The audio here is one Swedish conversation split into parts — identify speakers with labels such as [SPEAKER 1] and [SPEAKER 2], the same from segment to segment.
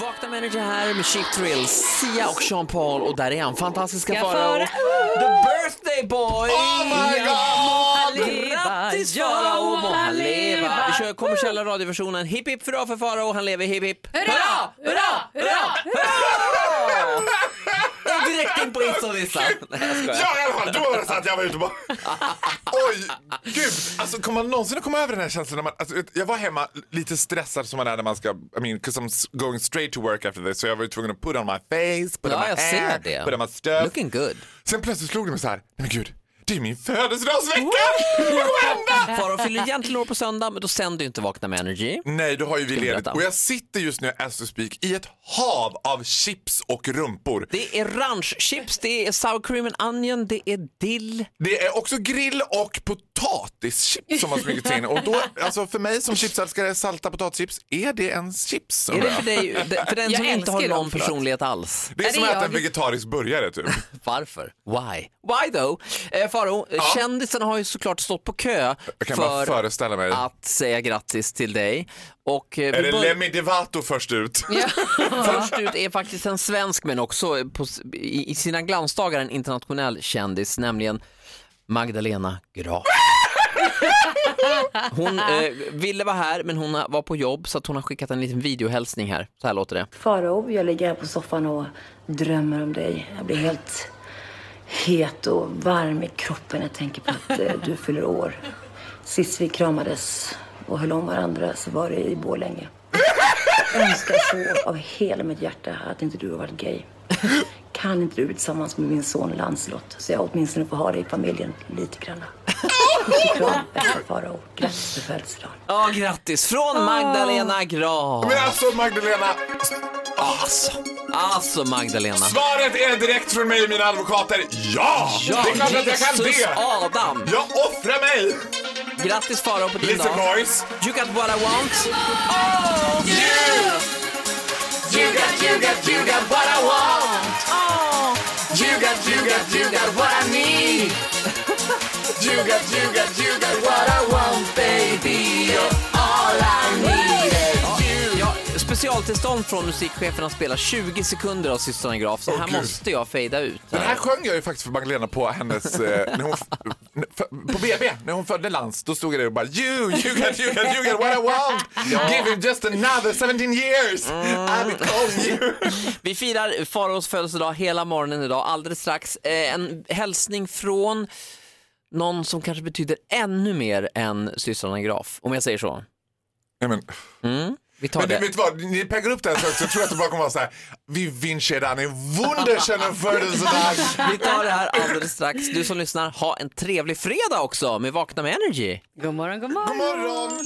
[SPEAKER 1] Vakna Manager här med Chip Thrill, Sia och Sean Paul och där är han, fantastiska
[SPEAKER 2] Ska
[SPEAKER 1] Farao.
[SPEAKER 2] fara-
[SPEAKER 1] The birthday boy!
[SPEAKER 3] Oh my god!
[SPEAKER 1] Grattis
[SPEAKER 2] Ja,
[SPEAKER 1] Farao, må han
[SPEAKER 2] han
[SPEAKER 1] leva!
[SPEAKER 2] leva.
[SPEAKER 1] Vi kör kommersiella radioversionen. Hipp hipp hurra för Farao, han lever, hipp hipp.
[SPEAKER 2] Hurra, hurra, hurra!
[SPEAKER 1] Och direkt in på introlistan. Nej, jag skojar.
[SPEAKER 3] Ja, i alla fall. Då var det så att jag var ute och bara... Oj, gud. Alltså, kommer man någonsin att komma över den här känslan? När man, alltså, jag var hemma lite stressad som man är när man ska... I mean, 'cause I'm s- going straight to work after this. Så jag var ju tvungen att put on my face, put on
[SPEAKER 1] Ja,
[SPEAKER 3] my
[SPEAKER 1] jag
[SPEAKER 3] hair,
[SPEAKER 1] ser det.
[SPEAKER 3] put on my stuff.
[SPEAKER 1] Looking good.
[SPEAKER 3] Sen plötsligt slog det mig så här, nej men gud, det är min födelsedagsvecka! Vad kommer hända?
[SPEAKER 1] Farao fyller egentligen år på söndag, men då sänder ju inte Vakna med Energy.
[SPEAKER 3] Nej, då har ju vi
[SPEAKER 1] du
[SPEAKER 3] ledigt.
[SPEAKER 1] berätta?
[SPEAKER 3] Och jag sitter just nu, as we speak, i ett hav av chips och rumpor.
[SPEAKER 1] Det är ranchchips, det är sour cream and onion, det är dill.
[SPEAKER 3] Det är också grill och potatischips som har smugit sig in. Och då, alltså för mig som chipsälskare, salta potatischips, är det ens chips?
[SPEAKER 1] Är
[SPEAKER 3] undrar
[SPEAKER 1] det
[SPEAKER 3] jag?
[SPEAKER 1] för dig, för den
[SPEAKER 2] Jag
[SPEAKER 1] som inte
[SPEAKER 2] älskar
[SPEAKER 1] har
[SPEAKER 2] ju
[SPEAKER 1] någon
[SPEAKER 2] dem, förlåt.
[SPEAKER 1] personlighet alls?
[SPEAKER 3] Det är,
[SPEAKER 2] Ja,
[SPEAKER 3] som
[SPEAKER 2] det
[SPEAKER 3] att
[SPEAKER 2] är
[SPEAKER 3] äta
[SPEAKER 2] jag.
[SPEAKER 3] en vegetarisk burgare typ.
[SPEAKER 1] Varför? Why? Why though? Eh, Faro, kändisarna har ju såklart stått på kö
[SPEAKER 3] Jag kan bara
[SPEAKER 1] för
[SPEAKER 3] föreställa mig.
[SPEAKER 1] att säga grattis till dig. Och eh,
[SPEAKER 3] Är
[SPEAKER 1] vi
[SPEAKER 3] det
[SPEAKER 1] börjar-
[SPEAKER 3] Lemmy Devato först ut?
[SPEAKER 1] först ut är faktiskt en svensk men också eh, på, s- i, i sina glansdagar en internationell kändis, nämligen Magdalena Graaf. Hon eh, ville vara här men hon var på jobb så att hon har skickat en liten videohälsning här. Så här låter det.
[SPEAKER 4] Farao, jag ligger här på soffan och drömmer om dig. Jag blir helt het och varm i kroppen när jag tänker på att eh, du fyller år. Sist vi kramades och höll om varandra så var det i Borlänge. Jag önskar så av hela mitt hjärta att inte du har varit gay. Kan inte du bli tillsammans med min son Lancelot så jag åtminstone får ha dig i familjen lite grann. Puss och kram, bästa Farao. Grattis på födelsedagen.
[SPEAKER 1] Ja, grattis från Magdalena Graaf.
[SPEAKER 3] Men alltså Magdalena,
[SPEAKER 1] Alltså, alltså Magdalena.
[SPEAKER 3] svaret är direkt från mig och mina advokater. Ja!
[SPEAKER 1] Ja,
[SPEAKER 3] det är klart att jag kan
[SPEAKER 1] Jesus
[SPEAKER 3] det!
[SPEAKER 1] Adam!
[SPEAKER 3] Jag offrar mig!
[SPEAKER 1] Grattis Farao på din dag.
[SPEAKER 3] Listen boys!
[SPEAKER 1] You got what I want.
[SPEAKER 3] You got, you got, you got what I want You got, you got, you got what I need You got, you got, you got what I want baby
[SPEAKER 1] Ja, specialtillstånd från musikcheferna spelar 20 sekunder av systrarna Graf, så
[SPEAKER 3] Åh,
[SPEAKER 1] här
[SPEAKER 3] Gud.
[SPEAKER 1] måste jag fejda ut.
[SPEAKER 3] Den här sjöng jag ju faktiskt för Magdalena på hennes, eh, när hon, f- n- f- på BB, när hon födde Lantz, då stod jag där och bara You, you got, you got, you got what I want Give him just another 17 years I become you
[SPEAKER 1] Vi firar Faraos födelsedag hela morgonen idag, alldeles strax. Eh, en hälsning från någon som kanske betyder ännu mer än systrarna Graf, om jag säger så.
[SPEAKER 3] Nej, men,
[SPEAKER 1] Vi tar
[SPEAKER 3] men du
[SPEAKER 1] det.
[SPEAKER 3] vet vad, ni peggar upp det här så högt så jag tror att det bara kommer vara så här Vi vinner den i wunderschönen födelsedag
[SPEAKER 1] Vi tar det här alldeles strax. Du som lyssnar, ha en trevlig fredag också med Vakna med Energy.
[SPEAKER 2] God morgon, god morgon.
[SPEAKER 3] God morgon!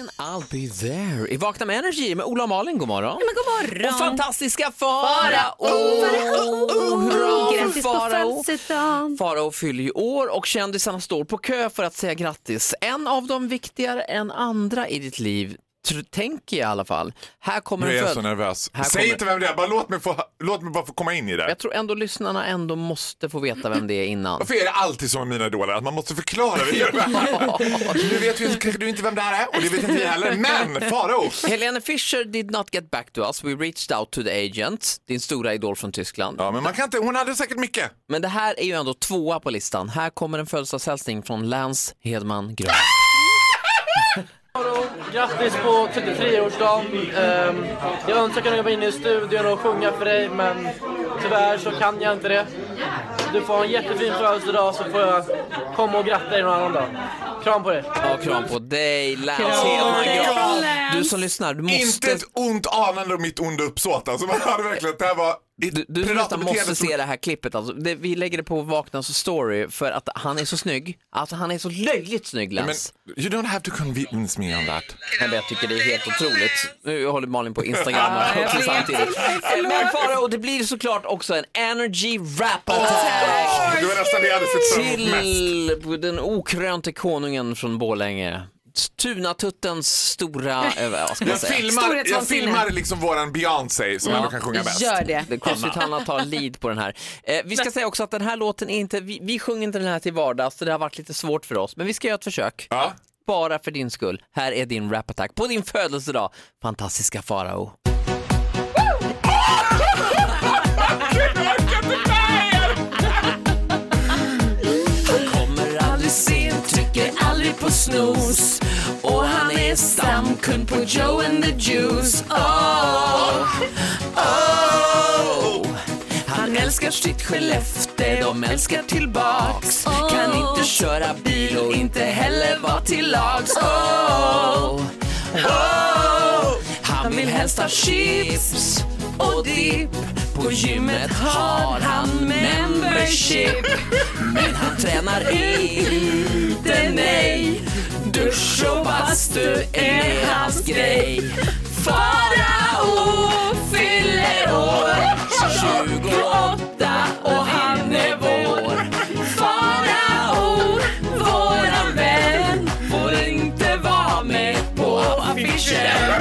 [SPEAKER 1] And I'll be there. I Vakna med Energy med Ola och Malin, god morgon.
[SPEAKER 2] Men god
[SPEAKER 1] Och
[SPEAKER 2] morgon.
[SPEAKER 1] fantastiska Farao! Hurra för
[SPEAKER 2] Grattis på
[SPEAKER 1] Farao!
[SPEAKER 2] födelsedagen.
[SPEAKER 1] Farao fyller ju år och kändisarna står på kö för att säga grattis. En av dem viktigare än andra i ditt liv, tr- tänker jag i alla fall. Här kommer
[SPEAKER 3] Nu är
[SPEAKER 1] en
[SPEAKER 3] jag så
[SPEAKER 1] föd-
[SPEAKER 3] nervös.
[SPEAKER 1] Här
[SPEAKER 3] Säg
[SPEAKER 1] kommer-
[SPEAKER 3] inte vem det är, bara låt mig, få, låt mig bara få komma in i det.
[SPEAKER 1] Jag tror ändå lyssnarna ändå måste få veta vem det är innan.
[SPEAKER 3] Varför är det alltid som med mina idoler, att man måste förklara vilka de är? Nu vet ju kanske du inte vem det här är och det vet inte vi heller, men Farao!
[SPEAKER 1] Helene Fischer did not get back to us. We reached out to the agent, din stora idol från Tyskland.
[SPEAKER 3] Ja, men man kan inte, hon hade säkert mycket.
[SPEAKER 1] Men det här är ju ändå tvåa på listan. Här kommer en födelsedagshälsning från Lance Hedman Grön.
[SPEAKER 5] Grattis på 33-årsdagen. Ehm, jag önskar att jag kunde jobba inne i studion och sjunga för dig men tyvärr så kan jag inte det. Du får ha en jättefin födelsedag så får jag komma och gratta dig någon annan dag. Kram på dig!
[SPEAKER 1] Ja, kram på dig, Lance
[SPEAKER 2] Kram på
[SPEAKER 1] Hedman
[SPEAKER 2] dig,
[SPEAKER 1] Grön.
[SPEAKER 2] Lance.
[SPEAKER 1] Du som lyssnar, du
[SPEAKER 3] Inte
[SPEAKER 1] måste...
[SPEAKER 3] ett ont anande om mitt onda uppsåt. Alltså man hade verkligen, det här var... ett
[SPEAKER 1] Du, du som
[SPEAKER 3] predat
[SPEAKER 1] lyssnar
[SPEAKER 3] beteende
[SPEAKER 1] måste
[SPEAKER 3] som-
[SPEAKER 1] se det här klippet. Alltså. Det, vi lägger det på Vaknas story för att han är så snygg. Alltså han är så löjligt snygg
[SPEAKER 3] Men
[SPEAKER 1] Lance.
[SPEAKER 3] you don't have to convince me on that.
[SPEAKER 1] Men, jag tycker det är helt otroligt. Nu håller Malin på Instagram
[SPEAKER 2] Ja, jag
[SPEAKER 1] också
[SPEAKER 2] vet
[SPEAKER 1] samtidigt.
[SPEAKER 2] inte,
[SPEAKER 1] Men Farao, det blir såklart också en energy wrap attack
[SPEAKER 3] Åh, Det var nästan det jag hade sett fram emot mest.
[SPEAKER 1] till den okrönte konungen från Borlänge. Tunatuttens stora, eh, vad ska man
[SPEAKER 3] Jag
[SPEAKER 1] säga?
[SPEAKER 3] filmar, jag
[SPEAKER 2] Storhetsvansinne.
[SPEAKER 3] filmar liksom våran Beyoncé som ändå kan sjunga bäst.
[SPEAKER 2] Gör det.
[SPEAKER 1] Det är Crossfit Hanna tar lead på den här. Eh, vi ska säga också att den här låten är inte, vi, vi sjunger inte den här till vardags så det har varit lite svårt för oss. Men vi ska göra ett försök.
[SPEAKER 3] Ja.
[SPEAKER 1] bara för din skull. Här är din rap-attack på din födelsedag, fantastiska farao. kommer aldrig sent, trycker aldrig på snus Och han är stamkund på Joe and the Juice Oh, oh Han älskar sitt Skellefteå, de älskar tillbaks Kan inte köra bil och inte heller vara till lags Oh, oh Han vill helst ha chips och dipp På gymmet har han membership men han tränar inte, nej Dusch och bastu är hans grej Farao fyller år 28 och han är vår Farao, våran vän Får inte vara med på affischen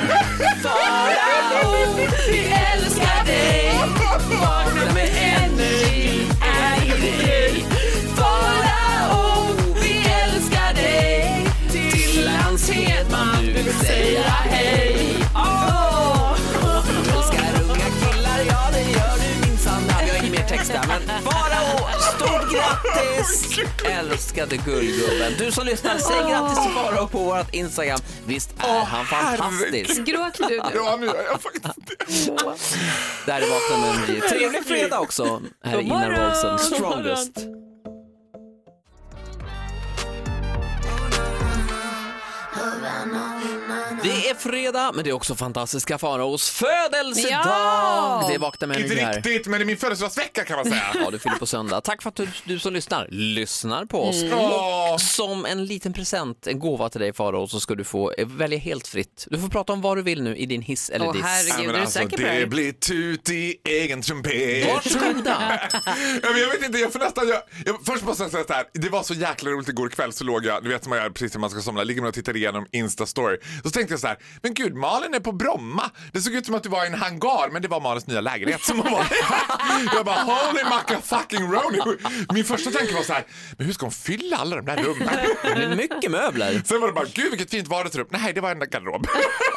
[SPEAKER 1] Farao, vi älskar dig Vakna med energi, är i dig Farao, vi älskar dig Till hans Hedman vill säga hej Åh! Älskar unga killar, ja det gör du minsann Vi har ingen mer text där, men Farao, stort grattis! Älskade gullgubben. Du som lyssnar, säg grattis till Farao på vårt Instagram. Visst är han fantastisk?
[SPEAKER 2] Gråter du nu?
[SPEAKER 3] Ja, nu gör jag faktiskt det.
[SPEAKER 1] Där är Vakna med Energy. Trevlig fredag också här i
[SPEAKER 2] God morgon.
[SPEAKER 1] Innervalsen.
[SPEAKER 2] God
[SPEAKER 1] Strongest. Det är fredag, men det är också fantastiska Faraos födelsedag!
[SPEAKER 2] Ja!
[SPEAKER 1] Det är Vakna med
[SPEAKER 3] Inte
[SPEAKER 1] Energy här.
[SPEAKER 3] riktigt, men det är min födelsedagsvecka kan man säga.
[SPEAKER 1] Ja, du fyller på söndag. Tack för att du, du som lyssnar lyssnar på oss.
[SPEAKER 2] Mm.
[SPEAKER 3] Åh,
[SPEAKER 1] Som en liten present, en gåva till dig Farao, så ska du få eh, välja helt fritt. Du får prata om vad du vill nu i din hiss eller
[SPEAKER 2] Åh,
[SPEAKER 1] diss.
[SPEAKER 2] herregud.
[SPEAKER 3] nej,
[SPEAKER 2] Gud,
[SPEAKER 3] men
[SPEAKER 2] är du
[SPEAKER 3] alltså,
[SPEAKER 2] säker på det här?
[SPEAKER 3] det blir tut i egen trumpet.
[SPEAKER 1] Varsågoda!
[SPEAKER 3] ja, men jag vet inte, jag får nästan... Jag, jag, först måste jag säga så här, det var så jäkla roligt igår kväll så låg jag, du vet som man gör precis när man ska somna, ligger man och tittar igenom Insta-story. Så tänkte jag så här, men gud Malin är på Bromma. Det såg ut som att du var i en hangar, men det var Malins nya lägenhet som hon var i. jag bara, holy macka fucking roni. Min första tanke var så här, men hur ska hon fylla alla de där rummen?
[SPEAKER 1] Men mycket möbler.
[SPEAKER 3] Sen var det bara, gud vilket fint vardagsrum. Nej, det var en garderob.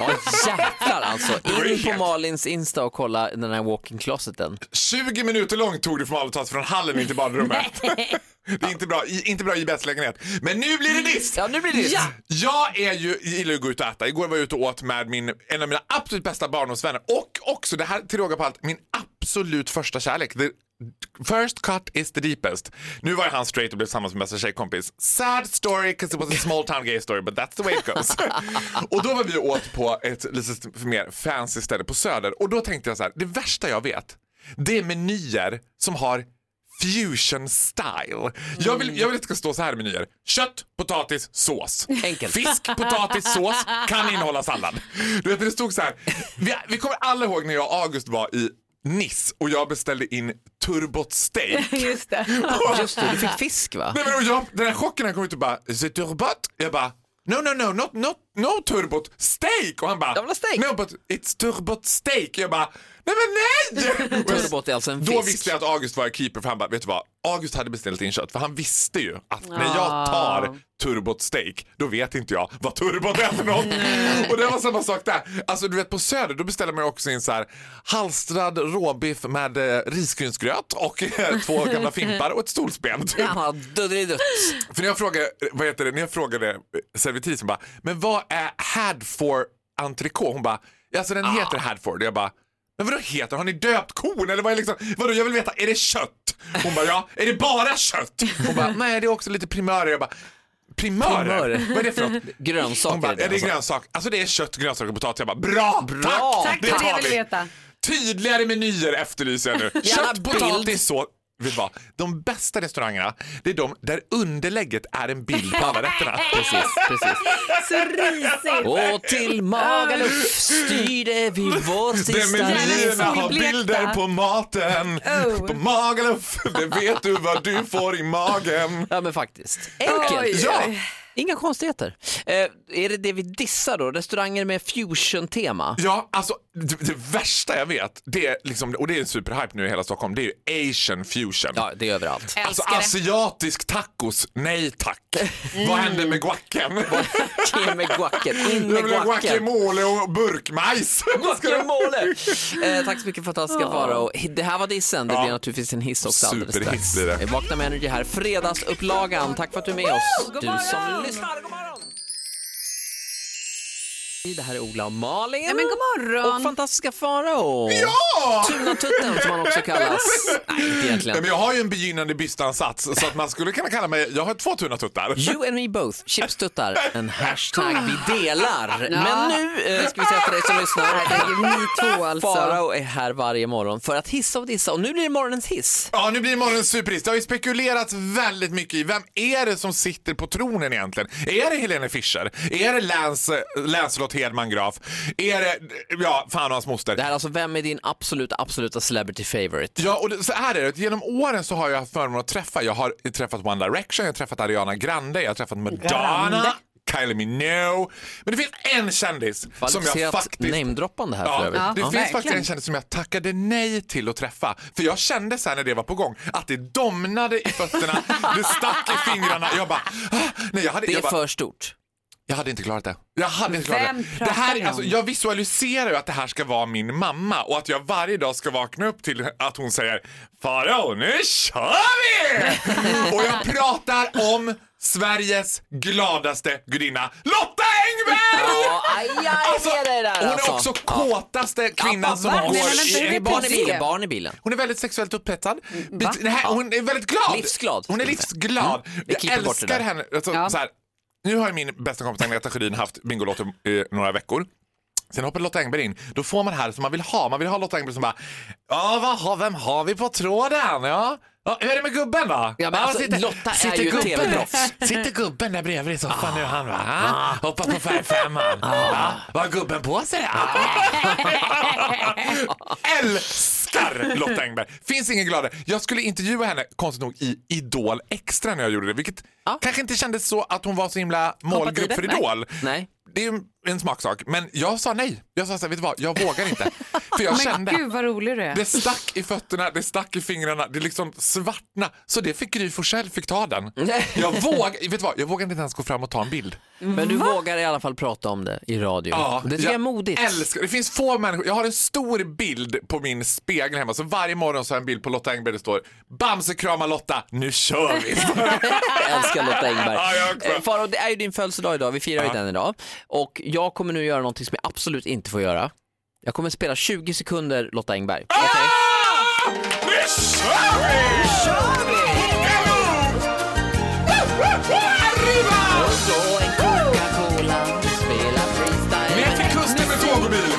[SPEAKER 1] Ja, jäklar alltså. In på
[SPEAKER 3] Brilliant.
[SPEAKER 1] Malins Insta och kolla den här walking closeten.
[SPEAKER 3] 20 minuter långt tog det för Malin att ta sig från hallen in till badrummet. det är inte bra, i- inte bra IBS lägenhet. Men nu blir det diss!
[SPEAKER 1] Ja, nu blir det diss.
[SPEAKER 3] Ja! Jag är ju, gillar ju att gå ut och äta. Igår var jag ute och åt med min, en av mina absolut bästa barndomsvänner och också, det här till råga på allt, min absolut första kärlek. The First cut is the deepest. Nu var ju han straight och blev tillsammans med bästa tjejkompis. Sad story, 'cause it was a small town gay story, but that's the way it goes. och då var vi och åt på ett lite mer fancy ställe på Söder och då tänkte jag så här, det värsta jag vet, det är menyer som har fusion style. Jag, vill, jag vill att det ska stå så här i menyer. Kött, potatis, sås.
[SPEAKER 1] Enkelt.
[SPEAKER 3] Fisk, potatis, sås kan innehålla sallad. Du vet, det stod så här. Vi, vi kommer alla ihåg när jag och August var i Nice och jag beställde in turbot steak.
[SPEAKER 2] Just det.
[SPEAKER 1] Just det, du fick fisk va?
[SPEAKER 3] Nej, men och jag, den här chocken han kom ut och bara, is it turbot? Jag bara, no, no, no, not, not, no turbot, steak! Och han bara,
[SPEAKER 1] Jag vill ha steak.
[SPEAKER 3] no, but it's turbot steak. Jag bara, nej men nej! Och jag-
[SPEAKER 1] Turbot är alltså en
[SPEAKER 3] Då
[SPEAKER 1] fisk.
[SPEAKER 3] visste jag att August var keeper för han bara, vet du vad? August hade beställt in kött för han visste ju att när jag tar turbot steak, då vet inte jag vad turbot är för något. Och det var samma sak där. Alltså du vet på Söder, då beställer man ju också in så här halstrad råbiff med eh, risgrynsgröt och eh, två gamla fimpar och ett stolsben. Typ.
[SPEAKER 1] Ja, duddelidut.
[SPEAKER 3] För när jag frågade, vad heter det, när jag frågade servitrisen bara, men vad är Hadfor entrecote? Hon bara, alltså den heter Hadfor. Jag bara, men vadå heter den? Har ni döpt kon? Eller vad är liksom, vadå jag vill veta, är det kött? Hon bara, ja, är det bara kött? Hon bara, nej det är också lite primörer. Jag bara, primörer?
[SPEAKER 1] Primörer.
[SPEAKER 3] Vad är det för något?
[SPEAKER 1] Grönsaker
[SPEAKER 3] Hon bara,
[SPEAKER 1] är det
[SPEAKER 3] ja, det
[SPEAKER 1] alltså.
[SPEAKER 3] är grönsak. Alltså det är kött, grönsaker och potatis. Jag bara, bra!
[SPEAKER 1] Bra.
[SPEAKER 3] Tack!
[SPEAKER 2] Tack för det jag vill veta.
[SPEAKER 3] Tydligare menyer efterlyser jag nu.
[SPEAKER 1] Gärna
[SPEAKER 3] Kött,
[SPEAKER 1] bild.
[SPEAKER 3] potatis, så. Vet du vad? De bästa restaurangerna, det är de där underlägget är en bild på alla rätterna.
[SPEAKER 1] Precis, precis.
[SPEAKER 2] Så risigt.
[SPEAKER 1] Och till Magaluf styrde vi vår
[SPEAKER 3] De
[SPEAKER 1] sista
[SPEAKER 2] Jävla
[SPEAKER 3] menyerna
[SPEAKER 1] lina.
[SPEAKER 3] har
[SPEAKER 2] solblekta.
[SPEAKER 3] bilder på maten.
[SPEAKER 2] Oh.
[SPEAKER 3] På Magaluf, det vet du vad du får i magen.
[SPEAKER 1] Ja men faktiskt. Enkelt.
[SPEAKER 2] Oj.
[SPEAKER 3] Ja,
[SPEAKER 1] Inga konstigheter. Eh, är det det vi dissar då? Restauranger med fusion-tema?
[SPEAKER 3] ja, alltså det, det värsta jag vet, det är liksom, och det är en superhype nu i hela Stockholm, det är ju asian fusion.
[SPEAKER 1] Ja, det är överallt.
[SPEAKER 3] Alltså
[SPEAKER 6] Älskar det.
[SPEAKER 3] asiatisk tacos, nej tack. Vad händer med guacken?
[SPEAKER 1] In med guacken, in
[SPEAKER 3] Jag
[SPEAKER 1] med
[SPEAKER 3] vill ha
[SPEAKER 1] guacken.
[SPEAKER 3] guacamole och burkmajs.
[SPEAKER 1] Guacamole! Eh, tack så mycket fantastiska Farao. Det här var dissen, det blir naturligtvis en hiss också alldeles
[SPEAKER 3] Superhiss
[SPEAKER 1] strax.
[SPEAKER 3] blir det.
[SPEAKER 1] Eh, Vakna med Energy här, fredagsupplagan. Tack för att du är med oss, du som lyssnar. God morgon! Det här är Ola och Malin.
[SPEAKER 2] Nej, men god morgon.
[SPEAKER 1] Och fantastiska Farao.
[SPEAKER 3] Ja!
[SPEAKER 1] Tunatutten som han också kallas. Nej, inte
[SPEAKER 3] Nej,
[SPEAKER 1] egentligen.
[SPEAKER 3] men jag har ju en begynnande bystansats så att man skulle kunna kalla mig, jag har två tunatuttar.
[SPEAKER 1] You and me both, chipstuttar, en hashtag vi delar. Men nu eh, ska vi säga för dig som lyssnar,
[SPEAKER 2] Herregud, ni två alltså.
[SPEAKER 1] Farao är här varje morgon för att hissa och dissa och nu blir det morgonens hiss.
[SPEAKER 3] Ja, nu blir morgonens superhiss. Det har ju spekulerats väldigt mycket i vem är det som sitter på tronen egentligen? Är det Helene Fischer? Är det Läns, Länslotte Hedman Graf? Är det, ja, fan och hans moster?
[SPEAKER 1] Det här är alltså, vem är din absoluta, absoluta celebrity favorite?
[SPEAKER 3] Ja, och det, så här är det. Genom åren så har jag haft förmånen att träffa. Jag har träffat One Direction, jag har träffat Ariana Grande, jag har träffat Madonna, Kylie Minogue. Men det finns en kändis som jag
[SPEAKER 1] Kvalificerat
[SPEAKER 3] faktiskt...
[SPEAKER 1] namedroppande här för
[SPEAKER 3] Ja,
[SPEAKER 1] övrigt.
[SPEAKER 3] det finns
[SPEAKER 2] verkligen.
[SPEAKER 3] faktiskt en kändis som jag tackade nej till att träffa. För jag kände sen när det var på gång att det domnade i fötterna, det stack i fingrarna. Jag bara, ah, nej jag hade,
[SPEAKER 1] Det
[SPEAKER 3] jag
[SPEAKER 1] är
[SPEAKER 3] bara,
[SPEAKER 1] för stort.
[SPEAKER 3] jag hade inte klarat det. Jag hade inte klarat
[SPEAKER 2] Vem
[SPEAKER 3] det. det
[SPEAKER 2] pratar
[SPEAKER 3] här,
[SPEAKER 2] ni om?
[SPEAKER 3] alltså, jag visualiserar ju att det här ska vara min mamma och att jag varje dag ska vakna upp till att hon säger Farao, nu kör vi! och jag pratar om Sveriges gladaste gudinna Lotta Engberg!
[SPEAKER 1] Ja, aj, aj,
[SPEAKER 3] Alltså,
[SPEAKER 1] det är det där,
[SPEAKER 3] hon
[SPEAKER 1] alltså.
[SPEAKER 3] är också kåtaste kvinnan som
[SPEAKER 2] verkligen.
[SPEAKER 3] går
[SPEAKER 2] Nej, men vänta,
[SPEAKER 3] i
[SPEAKER 2] hur
[SPEAKER 1] Det är barn i
[SPEAKER 2] är possible?
[SPEAKER 1] bilen, barn i bilen.
[SPEAKER 3] hon är väldigt sexuellt upphetsad. Bet- Nej, hon är väldigt glad.
[SPEAKER 1] Mm, Livsglad,
[SPEAKER 3] Hon är
[SPEAKER 1] skulle jag säga.
[SPEAKER 3] livsglad.
[SPEAKER 1] Vi
[SPEAKER 3] Jag
[SPEAKER 1] klipper bort det
[SPEAKER 3] älskar
[SPEAKER 1] där.
[SPEAKER 3] henne. Alltså,
[SPEAKER 2] Ja.
[SPEAKER 3] så här, nu har ju min bästa kompis Agneta Sjödin haft Bingolotto eh, några veckor. Sen hoppar Lotta Engberg in. Då får man det här som man vill ha. Man vill ha Lotta Engberg som bara, ja, vad har, vem har vi på tråden? Ja. Ja, hur är det med gubben va?
[SPEAKER 1] Ja, men alltså, Lotta är ju ett
[SPEAKER 3] gubben-
[SPEAKER 1] TV-proffs.
[SPEAKER 3] Sitter gubben där bredvid i soffan nu han va? Ah. Hoppar på färgfemman. Ah. Vad har gubben på sig?
[SPEAKER 1] Ah.
[SPEAKER 3] Älskar Lotta Engberg! Finns ingen gladare. Jag skulle intervjua henne, konstigt nog, i Idol Extra när jag gjorde det. Vilket
[SPEAKER 1] Ja.
[SPEAKER 3] kanske inte kändes så att hon var så himla målgrupp för
[SPEAKER 1] Kompatibel? Nej.
[SPEAKER 3] Idol.
[SPEAKER 1] Nej.
[SPEAKER 3] Det är ju en smaksak. Men jag sa nej. Jag sa så här, vet du vad, jag vågar inte. För jag
[SPEAKER 2] Men
[SPEAKER 3] kände,
[SPEAKER 2] gud vad rolig du
[SPEAKER 3] det
[SPEAKER 2] är.
[SPEAKER 3] stack i fötterna, det stack i fingrarna, det liksom svartna. Så det fick Gry Forssell fick ta den.
[SPEAKER 1] Nej.
[SPEAKER 3] Jag våg, vet du vad, jag vågade inte ens gå fram och ta en bild.
[SPEAKER 1] Men du vågar i alla fall prata om det i radio. det tycker jag är modigt.
[SPEAKER 3] Älskar. Det finns få människor. Jag har en stor bild på min spegel hemma. Så varje morgon så har jag en bild på Lotta Engberg. Det står Bamse kramar Lotta, nu kör vi!
[SPEAKER 1] Jag älskar Lotta Engberg.
[SPEAKER 3] Ja, jag också.
[SPEAKER 1] Eh, Farao, det är ju din födelsedag idag. Vi firar ju
[SPEAKER 3] Ja.
[SPEAKER 1] den idag. Och jag kommer nu göra någonting som jag absolut inte får göra. Jag kommer spela 20 sekunder Lotta Engberg. Okej?
[SPEAKER 3] Ah! Nu kör vi! Arriba!
[SPEAKER 1] Slå en Coca-Cola, spela
[SPEAKER 3] Ner
[SPEAKER 1] freestyle.
[SPEAKER 3] till kusten med tåg och bil!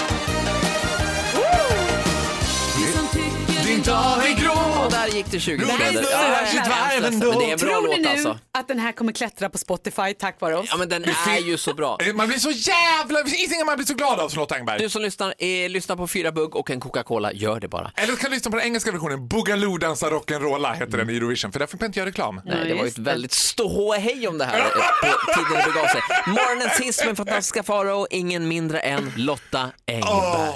[SPEAKER 3] Din dag är grå
[SPEAKER 1] Och där gick det 20
[SPEAKER 3] Nu
[SPEAKER 1] sekunder.
[SPEAKER 3] är det
[SPEAKER 1] Ja, jag är
[SPEAKER 3] sitt varv
[SPEAKER 1] hemskt ledsen,
[SPEAKER 3] ändå.
[SPEAKER 1] Men det är en bra
[SPEAKER 2] Tror ni
[SPEAKER 1] låt
[SPEAKER 2] nu
[SPEAKER 1] alltså.
[SPEAKER 2] att den här kommer klättra på Spotify tack vare oss?
[SPEAKER 1] Ja men den är ju så bra.
[SPEAKER 3] Eh, Man blir så jävla... Det finns ingenting man blir så glad av som Lotta Engberg.
[SPEAKER 1] Du som lyssnar, eh, lyssna på fyra bugg och en Coca-Cola, gör det bara.
[SPEAKER 3] Eller kan du lyssna på den engelska versionen. Boogaloo dansar rock'n'rolla heter den i Eurovision. För där får man inte göra reklam.
[SPEAKER 1] Nej, det var ju ett
[SPEAKER 2] just det.
[SPEAKER 1] väldigt ståhej om det här eh, på tiden det begav sig. Morgonens hiss med fantastiska Farao, ingen mindre än Lotta Engberg.
[SPEAKER 3] Åh.